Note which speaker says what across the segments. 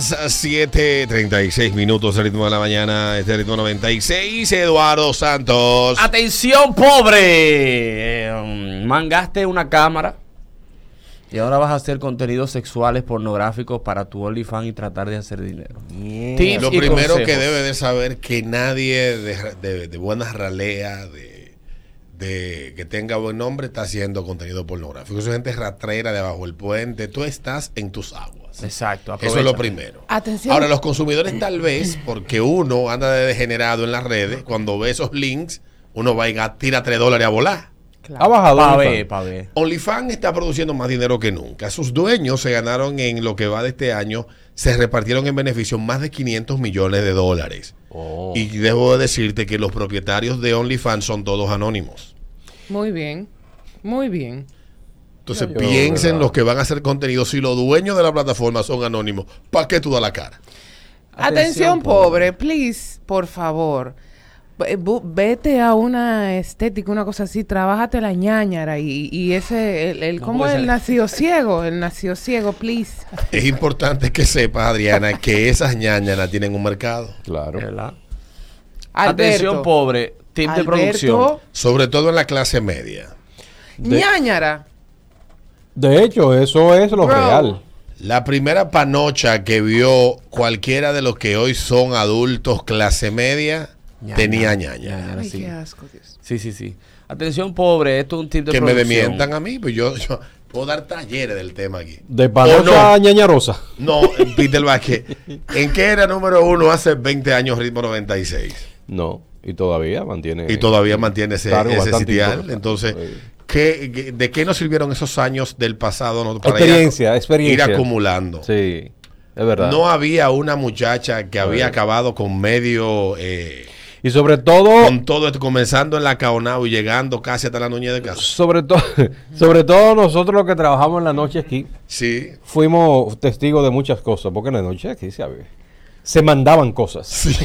Speaker 1: las 7.36 minutos, el ritmo de la mañana, este ritmo 96, Eduardo Santos.
Speaker 2: Atención, pobre. Eh, Mangaste una cámara y ahora vas a hacer contenidos sexuales pornográficos para tu OnlyFans y tratar de hacer dinero. Tips
Speaker 1: Lo
Speaker 2: y
Speaker 1: primero
Speaker 2: consejos.
Speaker 1: que debe de saber que nadie de, de- de buenas raleas, de, de que tenga buen nombre, está haciendo contenido pornográfico. Eso es gente ratrera debajo del puente. Tú estás en tus aguas.
Speaker 2: Exacto.
Speaker 1: Eso es lo
Speaker 2: aprovecha.
Speaker 1: primero.
Speaker 3: Atención.
Speaker 1: Ahora, los consumidores tal vez, porque uno anda de degenerado en las redes, cuando ve esos links, uno va y ga- tira 3 dólares a volar.
Speaker 3: Claro.
Speaker 4: Ha bajado.
Speaker 2: Pa'
Speaker 4: OnlyFans.
Speaker 2: ver, pa' ver.
Speaker 1: OnlyFans está produciendo más dinero que nunca. Sus dueños se ganaron en lo que va de este año, se repartieron en beneficio más de 500 millones de dólares.
Speaker 2: Oh.
Speaker 1: Y debo decirte que los propietarios de OnlyFans son todos anónimos.
Speaker 3: Muy bien. Muy bien.
Speaker 1: Entonces piensen los que van a hacer contenido, si los dueños de la plataforma son anónimos, ¿para qué tú das la cara?
Speaker 3: Atención, pobre, please, por favor. Ve- bu- Vete a una estética, una cosa así, trabájate la ñañara y, y ese, el, el-
Speaker 2: No,
Speaker 3: ¿cómo
Speaker 2: porque
Speaker 3: es el
Speaker 2: se-
Speaker 3: nacido ciego? El nacido ciego, please.
Speaker 1: Es importante que sepas, Adriana, que esas ñañanas tienen un mercado.
Speaker 4: Claro.
Speaker 2: ¿Verdad?
Speaker 3: Alberto,
Speaker 2: Atención, pobre. Tip de
Speaker 3: Alberto,
Speaker 2: producción.
Speaker 1: Sobre todo en la clase media.
Speaker 4: De-
Speaker 3: ñañara.
Speaker 4: De hecho, eso es lo
Speaker 3: Bro.
Speaker 4: real.
Speaker 1: La primera panocha que vio cualquiera de los que hoy son adultos clase media
Speaker 2: Ñaña.
Speaker 1: tenía ñaña.
Speaker 2: Ñaña,
Speaker 3: Ay,
Speaker 2: sí.
Speaker 3: qué asco, Dios.
Speaker 2: Sí, sí, sí. Atención, pobre. Esto es un tip de
Speaker 1: Que me
Speaker 2: producción.
Speaker 1: demientan a mí, pues yo, yo puedo dar talleres del tema aquí.
Speaker 4: De
Speaker 1: ¿O
Speaker 4: panocha a ñañarosa.
Speaker 1: No, no Peter Vázquez. ¿En qué era número uno hace 20 años Ritmo 96?
Speaker 4: No. Y todavía mantiene.
Speaker 1: Y todavía mantiene ese,
Speaker 4: Claro,
Speaker 1: ese
Speaker 4: bastante
Speaker 1: sitial.
Speaker 4: importante.
Speaker 1: Entonces,
Speaker 4: Sí.
Speaker 1: ¿qué- qué- ¿de qué nos sirvieron esos años del pasado? no? Para
Speaker 4: Experiencia,
Speaker 1: ir a-
Speaker 4: experiencia.
Speaker 1: Ir acumulando.
Speaker 4: Sí. Es verdad.
Speaker 1: No había una muchacha que había acabado con medio... eh,
Speaker 4: y sobre
Speaker 2: Oh.
Speaker 4: todo.
Speaker 1: con todo esto, comenzando en la Caonao y llegando casi hasta la Nuñez de Caso.
Speaker 4: Sobre, todo sobre todo nosotros los que trabajamos en la noche aquí.
Speaker 1: Sí.
Speaker 4: Fuimos testigos de muchas cosas. Porque en la noche aquí se había. Se mandaban cosas.
Speaker 2: Eso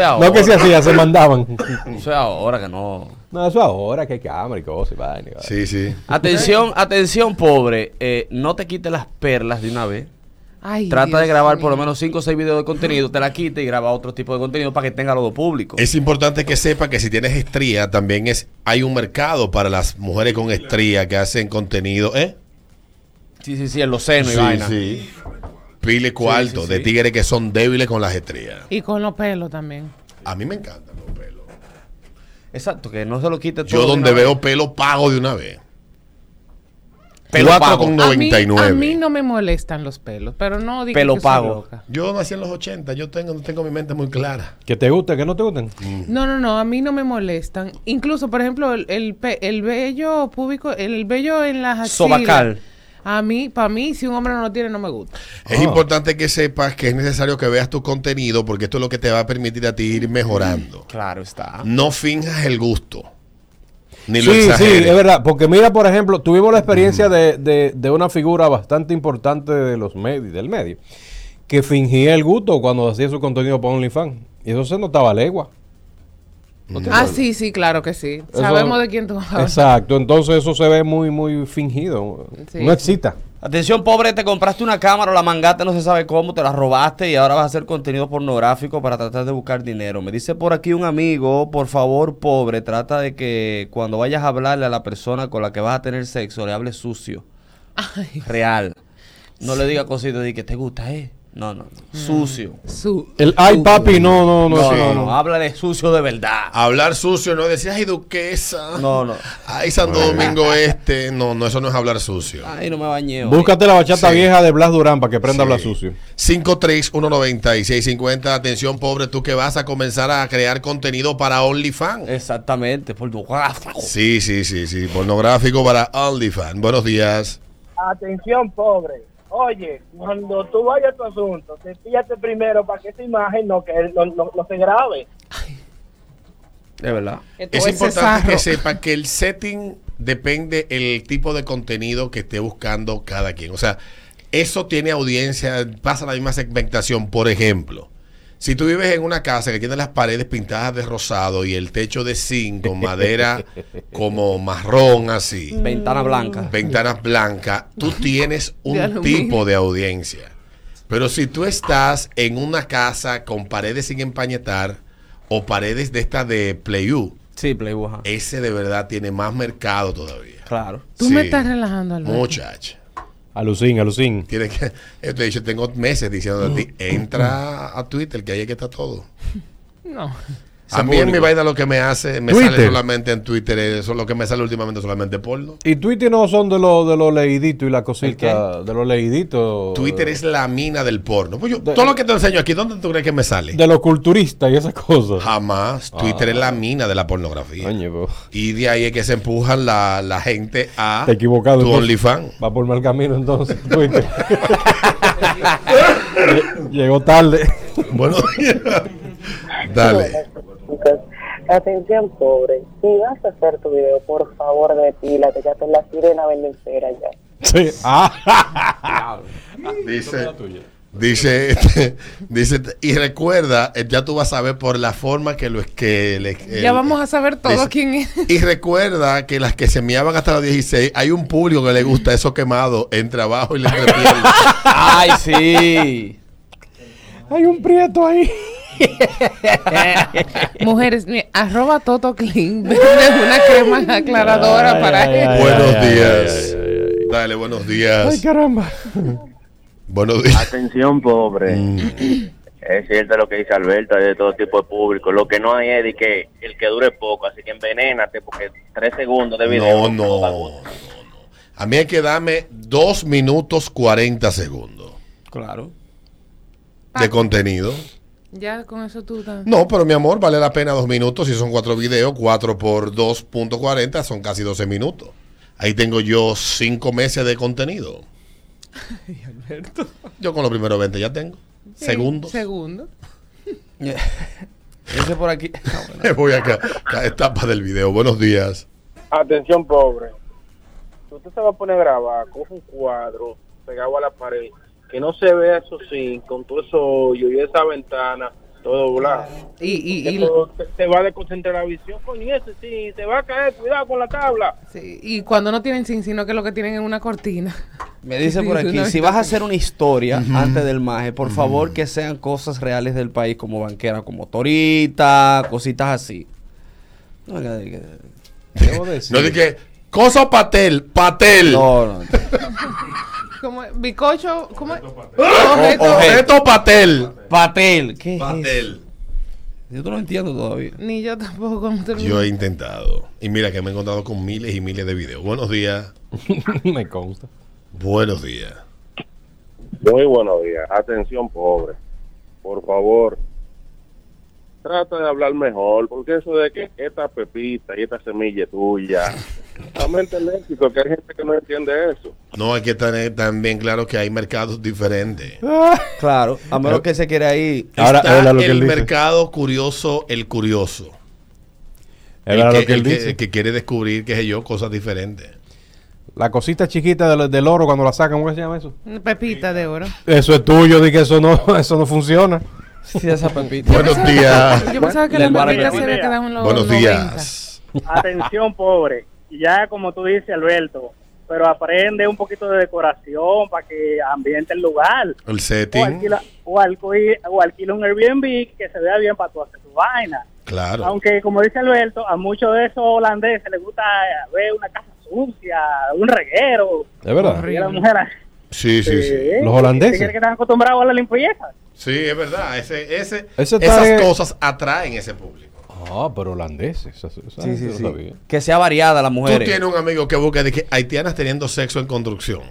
Speaker 2: es ahora.
Speaker 4: No que se hacía, se mandaban.
Speaker 2: Eso es ahora que no.
Speaker 4: No, eso ahora que hay cámara y cosas y vaina. y vaina.
Speaker 1: Sí, sí.
Speaker 2: Atención, atención, pobre. Eh, no te quites las perlas de una vez.
Speaker 3: Ay,
Speaker 2: Trata de
Speaker 3: Dios
Speaker 2: grabar
Speaker 3: mío.
Speaker 2: por lo menos 5 o 6 videos de contenido, te la quita y graba otro tipo de contenido para que tenga lo público.
Speaker 1: Es importante que sepa que si tienes estría, también es hay un mercado para las mujeres con estría que hacen contenido, ¿eh?
Speaker 2: Sí, sí, sí, en los senos y vaina.
Speaker 1: sí. Pile cuarto
Speaker 2: sí,
Speaker 1: de
Speaker 2: sí.
Speaker 1: tigres que son débiles con las estrías.
Speaker 3: Y con los pelos también.
Speaker 1: A mí me encantan los pelos.
Speaker 2: Exacto, que no se lo quite todo.
Speaker 1: Yo
Speaker 2: de
Speaker 1: donde
Speaker 2: una vez.
Speaker 1: veo pelo pago de una vez.
Speaker 2: Pelo
Speaker 1: Cuatro
Speaker 2: pago.
Speaker 1: con
Speaker 3: A mí-
Speaker 1: 99.
Speaker 3: A mí, no me molestan los pelos, pero no digas
Speaker 2: Pelo
Speaker 3: que soy
Speaker 2: pago.
Speaker 3: loca.
Speaker 1: Yo nací en los 80, yo tengo no tengo mi mente muy clara.
Speaker 4: Que te guste, que no te gusten.
Speaker 3: No, no, no, a mí no me molestan. Incluso, por ejemplo, el, el, pe- el vello público, el vello en las axilas.
Speaker 2: Sobacal.
Speaker 3: A mí, para mí, si un hombre no lo tiene, no me gusta.
Speaker 1: Es
Speaker 4: Ah.
Speaker 1: importante que sepas que es necesario que veas tu contenido porque esto es lo que te va a permitir a ti ir mejorando.
Speaker 2: Claro está.
Speaker 1: Ah. No finjas el gusto. Ni lo
Speaker 4: Sí, sí,
Speaker 1: exageres.
Speaker 4: es verdad. Porque mira, por ejemplo, tuvimos la experiencia de, de- de una figura bastante importante de los medios, del medio, que fingía el gusto cuando hacía su contenido para OnlyFans. Y eso se notaba a legua. ¿No te
Speaker 3: Ah,
Speaker 4: acuerdas?
Speaker 3: sí, sí, claro que sí.
Speaker 4: Eso-
Speaker 3: Sabemos de quién tú hablas.
Speaker 4: Exacto, entonces eso se ve muy, muy fingido.
Speaker 3: Sí.
Speaker 4: No excita.
Speaker 2: Atención, pobre, te compraste una cámara, la mangaste, no se sabe cómo, te la robaste y ahora vas a hacer contenido pornográfico para tratar de buscar dinero. Me dice por aquí un amigo, por favor, pobre, trata de que cuando vayas a hablarle a la persona con la que vas a tener sexo, le hables sucio. Real. No le diga cositas de que te gusta, ¿eh? No, no. no. Sucio.
Speaker 3: Su-
Speaker 4: El ay, papi, no, no, no.
Speaker 2: No,
Speaker 4: sí.
Speaker 2: no, no. Habla de sucio de verdad.
Speaker 1: Hablar sucio, no decir, ay, duquesa.
Speaker 2: No, no.
Speaker 1: Ay, Santo Domingo Este. No, no, eso no es hablar sucio.
Speaker 4: Ah,
Speaker 2: Ay, no me bañé. hoy.
Speaker 4: Búscate la bachata
Speaker 1: Sí.
Speaker 4: vieja de Blas Durán para que prenda
Speaker 1: Sí.
Speaker 4: Blas Sucio.
Speaker 1: 5319650. Atención, pobre, tú que vas a comenzar a crear contenido para
Speaker 4: Eh.
Speaker 1: OnlyFans.
Speaker 2: Exactamente, por tu
Speaker 1: Sí, sí, sí, sí. Pornográfico para OnlyFans. Buenos días.
Speaker 5: Atención, pobre. Oye, cuando tú vayas a tu asunto, cepíllate primero para que esa imagen no, que, no, no- no se grabe.
Speaker 2: De verdad.
Speaker 3: Esto
Speaker 1: Es
Speaker 3: es
Speaker 1: importante que
Speaker 3: Cesarro.
Speaker 1: sepa que el setting depende el tipo de contenido que esté buscando cada quien. O sea, eso tiene audiencia, pasa la misma segmentación. Por ejemplo, si tú vives en una casa que tiene las paredes pintadas de rosado y el techo de zinc con madera como marrón así,
Speaker 2: Ventana blanca.
Speaker 1: ventanas blancas, tú tienes
Speaker 3: De
Speaker 1: un
Speaker 3: aluminio.
Speaker 1: tipo de audiencia. Pero si tú estás en una casa con paredes sin empañetar o paredes de estas de Playu,
Speaker 2: Sí, Playboy. ajá.
Speaker 4: Eh.
Speaker 1: ese de verdad tiene más mercado todavía.
Speaker 2: Claro.
Speaker 3: Tú
Speaker 1: Sí.
Speaker 3: me estás relajando, Alberto.
Speaker 1: Muchacha.
Speaker 4: Alucín, alucín.
Speaker 1: Tiene que, yo te he dicho, tengo meses diciendo a
Speaker 4: Mm.
Speaker 1: ti, entra a Twitter, que ahí es que está todo.
Speaker 3: No.
Speaker 1: A mí en mi vaina lo que me hace, me sale
Speaker 4: Twitter.
Speaker 1: solamente en Twitter, eh, eso es lo que me sale últimamente solamente porno.
Speaker 4: Y Twitter no son de los de los leíditos y la cosita, de los leíditos.
Speaker 1: Twitter
Speaker 4: de-
Speaker 1: es la mina del porno. Pues yo, todo lo que te enseño aquí, ¿dónde tú crees que me sale?
Speaker 4: De los culturistas y esas cosas.
Speaker 1: Jamás. Twitter es la mina de la pornografía.
Speaker 4: Coño, pues. po.
Speaker 1: Y de ahí es que se empujan la, la gente a
Speaker 4: Te he
Speaker 1: tu
Speaker 4: equivocado. entonces.
Speaker 1: OnlyFans.
Speaker 4: Va por mal camino entonces, Twitter. Lle- Llegó tarde.
Speaker 1: Bueno, dale.
Speaker 6: Entonces, atención pobre, si vas a hacer tu video, por favor depílate, ya te la sirena vende cera ya.
Speaker 4: Sí. Ah,
Speaker 1: Dice, dice, dice, y recuerda, eh, ya tú vas a ver por la forma que lo es que le- eh,
Speaker 3: Ya vamos a saber todo
Speaker 1: dice-
Speaker 3: quién es.
Speaker 1: Y recuerda que las que se meaban hasta los 16, hay un público que le gusta eso quemado entre abajo y la entrepierna.
Speaker 2: Ay, sí.
Speaker 4: hay un prieto ahí.
Speaker 3: Mujeres, mi- arroba Toto Clean. vende una crema aclaradora
Speaker 4: Ay,
Speaker 3: para
Speaker 4: ay, ay, ay,
Speaker 1: Buenos
Speaker 4: ay,
Speaker 1: días.
Speaker 4: ay, ay, ay, ay.
Speaker 1: Dale, buenos
Speaker 4: Ay,
Speaker 1: días.
Speaker 4: caramba.
Speaker 1: Buenos
Speaker 7: Ah,
Speaker 1: días.
Speaker 7: Atención, pobre.
Speaker 1: Mm.
Speaker 7: Es cierto lo que dice Alberto, hay de todo tipo de público. Lo que no hay es de que el que dure poco, así que envenénate porque tres segundos de
Speaker 1: No,
Speaker 7: video.
Speaker 1: no, no, no. A mí hay que darme 2 minutos 40 segundos
Speaker 2: Claro.
Speaker 1: de
Speaker 3: Ah.
Speaker 1: contenido.
Speaker 3: Ya con eso tú estás.
Speaker 1: No, pero mi amor, vale la pena dos minutos. Si son cuatro videos, cuatro por 2.40 son casi 12 minutos. Ahí tengo yo cinco meses de contenido. Yo con los primeros 20 ya tengo. Segundos.
Speaker 3: Segundo.
Speaker 2: Ese por aquí. Ah, bueno.
Speaker 1: Me voy a ca- cada etapa del video. Buenos días.
Speaker 5: Atención, pobre. Si usted se va a poner a grabar, coge un cuadro pegado a la pared, que no se vea eso sí, con todo eso hoyo y esa ventana, todo blanco.
Speaker 3: Y, y, y,
Speaker 5: Eso te, te va a desconcentrar la visión con ese sí, te va a caer, cuidado con la tabla.
Speaker 3: sí, y cuando no tienen zinc, sino que lo que tienen es una cortina.
Speaker 2: Me dice por
Speaker 3: Sí,
Speaker 2: aquí,
Speaker 3: una
Speaker 2: si vas a hacer una historia antes del maje, por favor que sean cosas reales del país como banquera, como torita, cositas así. No, venga, de que-
Speaker 4: Debo decir.
Speaker 1: No dije, cosa patel, patel.
Speaker 2: no, no.
Speaker 3: ¿Cómo es? ¿Bicocho? ¿Cómo es?
Speaker 1: Objeto,
Speaker 3: Objeto.
Speaker 1: objeto patel.
Speaker 2: Patel, ¿qué es eso?
Speaker 1: Patel.
Speaker 2: Yo no lo entiendo todavía.
Speaker 3: Ni yo tampoco. ¿cómo te lo-
Speaker 1: Yo he intentado. Y mira que me he encontrado con miles y miles de videos. Buenos días.
Speaker 4: Me consta.
Speaker 1: Buenos días.
Speaker 7: Muy buenos días. Atención, pobre. Por favor, trata de hablar mejor, porque eso de que esta pepita y esta semilla es tuya, realmente el éxito, que hay gente que no entiende eso.
Speaker 1: No hay que tener también claro que hay mercados diferentes.
Speaker 2: Claro, a menos que se quiera ir.
Speaker 4: Ahora,
Speaker 1: Está
Speaker 4: era lo que
Speaker 1: el
Speaker 4: él dice.
Speaker 1: mercado curioso, el curioso.
Speaker 4: Era
Speaker 1: el que,
Speaker 4: lo que él
Speaker 1: el que-
Speaker 4: dice.
Speaker 1: el que quiere descubrir, qué sé yo, cosas diferentes.
Speaker 4: La cosita chiquita del, del oro cuando la sacan, ¿cómo que se llama eso?
Speaker 3: Pepita de oro.
Speaker 4: Eso es tuyo, di que eso no, eso no funciona.
Speaker 2: Sí, esa pepita.
Speaker 1: Buenos
Speaker 3: pensaba-
Speaker 1: días.
Speaker 3: Yo pensaba que
Speaker 2: Del
Speaker 3: las
Speaker 2: bar de
Speaker 3: pepitas se
Speaker 2: Pepita.
Speaker 3: había quedado en los
Speaker 1: Buenos
Speaker 3: 90.
Speaker 1: días.
Speaker 8: Atención, pobre. Ya como tú dices, Alberto, pero aprende un poquito de decoración para que ambiente el lugar.
Speaker 1: El
Speaker 8: O
Speaker 1: setting.
Speaker 8: alquila, o, alqui- o alquila un Airbnb que se vea bien para tú hacer tu vaina.
Speaker 1: Claro.
Speaker 8: Aunque, como dice Alberto, a muchos de esos holandeses les gusta ver una casa sucia, un reguero.
Speaker 4: Es verdad.
Speaker 8: Y a la mujer,
Speaker 1: Sí, sí, sí.
Speaker 8: ¿eh?
Speaker 4: Los holandeses.
Speaker 8: ¿Se cree que están acostumbrados a la limpieza?
Speaker 1: Sí, es verdad. Ese, ese,
Speaker 4: Eso está
Speaker 1: esas
Speaker 4: en-
Speaker 1: cosas atraen ese público.
Speaker 4: Ah, pero holandeses. eso- eso- eso
Speaker 2: Sí, sí,
Speaker 4: no
Speaker 2: sí.
Speaker 4: sabía.
Speaker 2: Que sea variada la
Speaker 1: Tú
Speaker 2: mujer.
Speaker 1: tienes un amigo que busca de que haitianas teniendo sexo en construcción.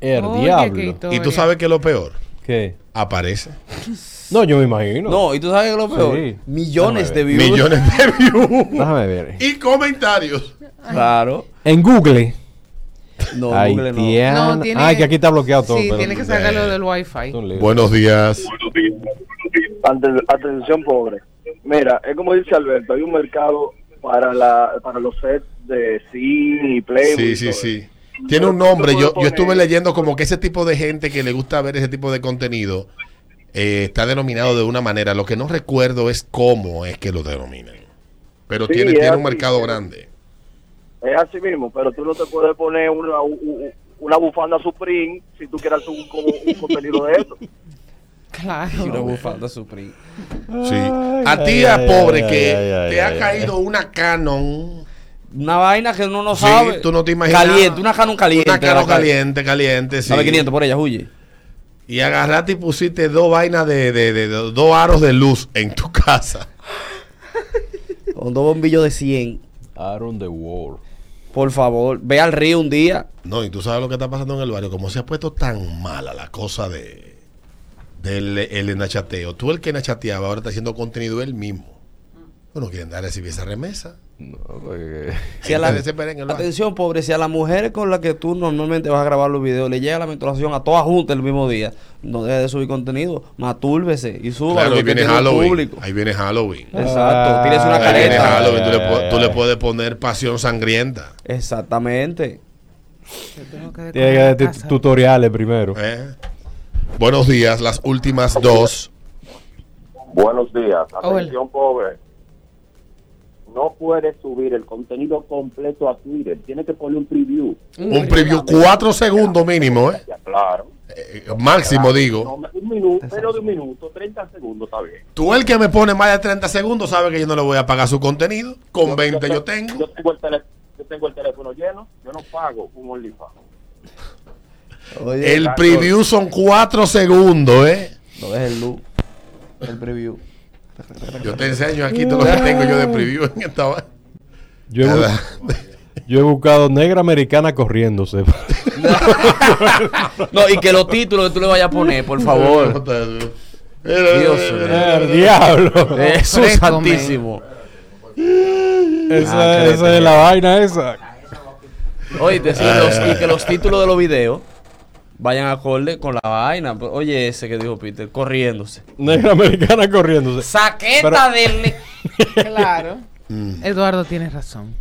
Speaker 4: El
Speaker 3: Oye, qué
Speaker 4: diablo.
Speaker 3: historia.
Speaker 1: Y tú sabes que es lo peor.
Speaker 4: ¿Qué?
Speaker 1: Aparece.
Speaker 4: No, yo me imagino.
Speaker 2: No, y tú sabes que lo peor,
Speaker 4: Sí.
Speaker 2: millones de views.
Speaker 1: Millones de views.
Speaker 4: Déjame ver.
Speaker 1: y comentarios.
Speaker 2: Claro.
Speaker 4: En Google.
Speaker 2: No,
Speaker 4: Ay,
Speaker 2: Google no.
Speaker 4: tía.
Speaker 3: No, tiene-
Speaker 4: Ay, que aquí está bloqueado todo.
Speaker 3: Sí,
Speaker 4: pero-
Speaker 3: tiene que sacarlo del wifi.
Speaker 1: Buenos días.
Speaker 7: Ante- Atención, pobre. Mira, es como dice Alberto, hay un mercado para la para los sets de cine y play.
Speaker 1: Sí, sí, sí. Tiene un nombre. Yo, yo estuve leyendo como que ese tipo de gente que le gusta ver ese tipo de contenido eh, está denominado de una manera. Lo que no recuerdo es cómo es que lo denominan. Pero
Speaker 7: Sí,
Speaker 1: tiene,
Speaker 7: es
Speaker 1: tiene un
Speaker 7: así,
Speaker 1: mercado
Speaker 7: sí.
Speaker 1: grande.
Speaker 7: Es así mismo, pero tú no te puedes poner una, u- u- una bufanda Supreme si tú quieres hacer un, como un contenido de eso.
Speaker 2: Y una
Speaker 3: Claro.
Speaker 2: bufanda Supreme.
Speaker 1: Sí. a
Speaker 4: ay,
Speaker 1: ti, a
Speaker 4: ay,
Speaker 1: pobre,
Speaker 4: ay,
Speaker 1: que
Speaker 4: ay, ay,
Speaker 1: te ha
Speaker 4: ay,
Speaker 1: caído una Canon.
Speaker 2: Una vaina que uno no
Speaker 1: Sí,
Speaker 2: sabe.
Speaker 1: tú no te imaginas.
Speaker 2: Caliente, una canon caliente.
Speaker 1: Una
Speaker 2: la
Speaker 1: Canon
Speaker 2: ca-
Speaker 1: caliente, caliente, sí.
Speaker 2: Sabe 500 por ella, huye.
Speaker 1: Y agarraste y pusiste dos vainas de, de- de- de- dos aros de luz en tu casa.
Speaker 2: Con dos bombillos de 100.
Speaker 4: Aaron the Wall.
Speaker 2: Por favor, ve al río un día.
Speaker 1: No, y tú sabes lo que está pasando en el barrio. Como se ha puesto tan mala la cosa de del el enachateo. Tú el que enachateaba ahora está haciendo contenido él mismo. Bueno, quieren dar a recibir esa remesa.
Speaker 4: No, eh, porque-
Speaker 2: Si a la-
Speaker 1: Gente desesperada en el barrio.
Speaker 2: atención, pobre, si a las mujeres con las que tú normalmente vas a grabar los videos le llega la menstruación a todas juntas el mismo día, no deje de subir contenido, matúrbese y suba
Speaker 1: Claro,
Speaker 2: lo
Speaker 1: ahí
Speaker 2: que
Speaker 1: viene
Speaker 2: tiene el
Speaker 1: Halloween.
Speaker 2: público.
Speaker 1: Ahí viene Halloween.
Speaker 2: Exacto, tienes una
Speaker 4: Ahí
Speaker 1: Ahí viene
Speaker 4: caleta.
Speaker 1: Halloween. Tú le,
Speaker 4: Ay,
Speaker 1: po-
Speaker 4: ay,
Speaker 1: tú le
Speaker 4: ay.
Speaker 1: puedes poner pasión sangrienta.
Speaker 2: Exactamente.
Speaker 3: Yo tengo que
Speaker 4: Tiene que
Speaker 3: decorar
Speaker 4: dar
Speaker 3: la
Speaker 4: tu-
Speaker 3: casa.
Speaker 4: tutoriales primero.
Speaker 1: ¿eh? Buenos días, las últimas dos.
Speaker 7: Buenos días,
Speaker 3: Hola.
Speaker 7: atención pobre. No puedes subir el contenido completo a Twitter, tienes que poner un preview.
Speaker 1: Un preview, cuatro segundos mínimo, ¿eh?
Speaker 7: Ya, claro.
Speaker 1: Eh, máximo
Speaker 7: No,
Speaker 1: digo.
Speaker 7: un minuto, pero de un minuto, 30 segundos está bien.
Speaker 1: Tú el que me pone más de 30 segundos sabe que yo no le voy a pagar su contenido. Con 20 yo tengo.
Speaker 7: Yo tengo el teléfono, yo tengo el teléfono lleno, yo no pago un OnlyFans.
Speaker 2: Oye,
Speaker 1: El preview son cuatro segundos, ¿eh?
Speaker 2: no dejes el luz, el preview.
Speaker 1: Yo te enseño aquí todo lo que tengo yo de preview en esta va-
Speaker 4: Yo he, bu- yo he buscado negra americana corriéndose.
Speaker 2: No, y que los títulos que tú le vayas a poner, por favor. Dios
Speaker 4: ¡El
Speaker 2: Eso
Speaker 4: diablo!
Speaker 2: es
Speaker 3: Fresco, man.
Speaker 2: santísimo.
Speaker 4: esa
Speaker 2: Ah,
Speaker 4: esa
Speaker 2: créete.
Speaker 4: es la vaina esa.
Speaker 2: Oye, te- y, los- y que los títulos de los videos vayan acorde con la vaina. Oye, ese que dijo Peter, corriéndose.
Speaker 4: Negra americana corriéndose.
Speaker 2: Saqueta del.
Speaker 3: Claro.
Speaker 1: Mm.
Speaker 3: Eduardo tiene razón.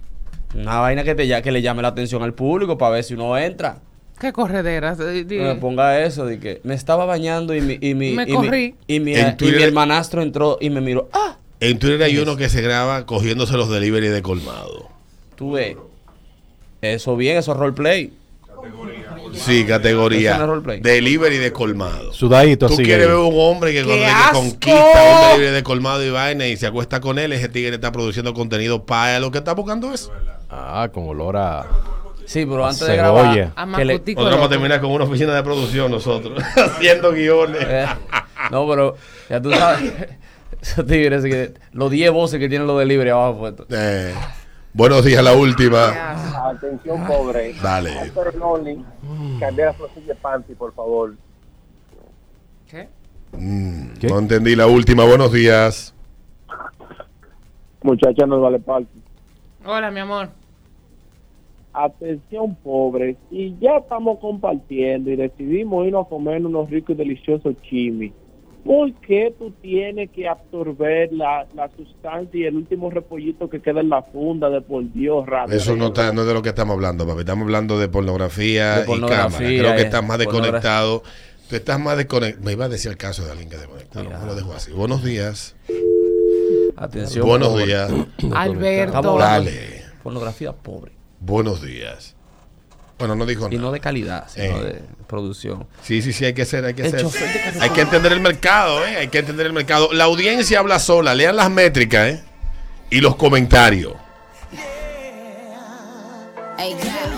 Speaker 2: Una vaina que, te, ya- que le llame la atención al público para ver si uno entra.
Speaker 3: ¿Qué correderas? eh, di-
Speaker 2: Que
Speaker 4: Ah,
Speaker 2: Me
Speaker 4: pues.
Speaker 2: ponga eso de que me estaba bañando y mi, y mi,
Speaker 3: Me
Speaker 2: y mi-
Speaker 3: corrí.
Speaker 2: y mi-
Speaker 1: En
Speaker 2: y mi
Speaker 1: Twitter-
Speaker 2: hermanastro entró y me miró. ¡Ah!
Speaker 1: En Twitter hay uno que se graba cogiéndose los delivery de colmado.
Speaker 2: Tú ves. Eso bien, eso es roleplay.
Speaker 1: Sí,
Speaker 2: Eso no
Speaker 1: categoría.
Speaker 2: es roleplay.
Speaker 1: Delivery de colmado.
Speaker 4: Sudadito
Speaker 1: Tú
Speaker 4: así.
Speaker 1: quieres
Speaker 4: ahí.
Speaker 1: ver un hombre que, cuando-
Speaker 3: ¡Qué
Speaker 1: que
Speaker 3: asco!
Speaker 1: conquista un delivery de colmado y vaina y se acuesta con él, ese tigre está produciendo contenido para lo que está buscando eso.
Speaker 4: Ah, con olor a...
Speaker 2: Sí, pero antes de
Speaker 4: Cebolla.
Speaker 2: grabar.
Speaker 3: A
Speaker 2: que le-
Speaker 1: Nosotros
Speaker 3: Macutico
Speaker 1: vamos a
Speaker 3: loco.
Speaker 1: terminar con una oficina de producción nosotros, haciendo
Speaker 2: Eh,
Speaker 1: guiones.
Speaker 2: no, pero ya tú sabes. esos tigres que- los 10 voces que tienen los delivery abajo puestos.
Speaker 1: Eh, buenos días, la última.
Speaker 5: Atención, pobre.
Speaker 1: Dale.
Speaker 5: Pero en Only, cambiar la flosilla de panty, por favor.
Speaker 3: ¿Qué?
Speaker 1: Mm,
Speaker 4: ¿Qué?
Speaker 1: no entendí la última. Buenos días.
Speaker 5: Muchacha, no vale panty.
Speaker 3: Hola, mi amor.
Speaker 5: Atención, pobre. Si ya estamos compartiendo y decidimos irnos a comer unos ricos y deliciosos chimis, ¿por qué tú tienes que absorber la, la sustancia y el último repollito que queda en la funda de por Dios, rata?
Speaker 1: Eso no, está- no es de lo que estamos hablando, papi. Estamos hablando de pornografía,
Speaker 2: De pornografía,
Speaker 1: y cámara. Creo que
Speaker 2: eh,
Speaker 1: estás más
Speaker 2: pornografía.
Speaker 1: desconectado. Tú estás más desconectado. Me iba a decir el caso de alguien que desconectaron.
Speaker 2: Mira.
Speaker 1: Me lo dejo así. Buenos días.
Speaker 2: Atención.
Speaker 1: buenos
Speaker 2: pobre.
Speaker 1: días.
Speaker 2: Estamos
Speaker 3: Alberto.
Speaker 2: hablando
Speaker 1: Dale.
Speaker 2: de Pornografía pobre.
Speaker 1: Buenos días. Bueno, no dijo
Speaker 2: Y
Speaker 1: nada.
Speaker 2: no de calidad, sino
Speaker 1: Eh.
Speaker 2: de producción.
Speaker 1: Sí, sí, sí, hay que hacer, hay que
Speaker 2: El
Speaker 1: hacer.
Speaker 2: chofer de carretera.
Speaker 1: Hay que entender el mercado, ¿eh? Hay que entender el mercado. La audiencia habla sola, lean las métricas, ¿eh? Y los comentarios.
Speaker 9: Ey, ya.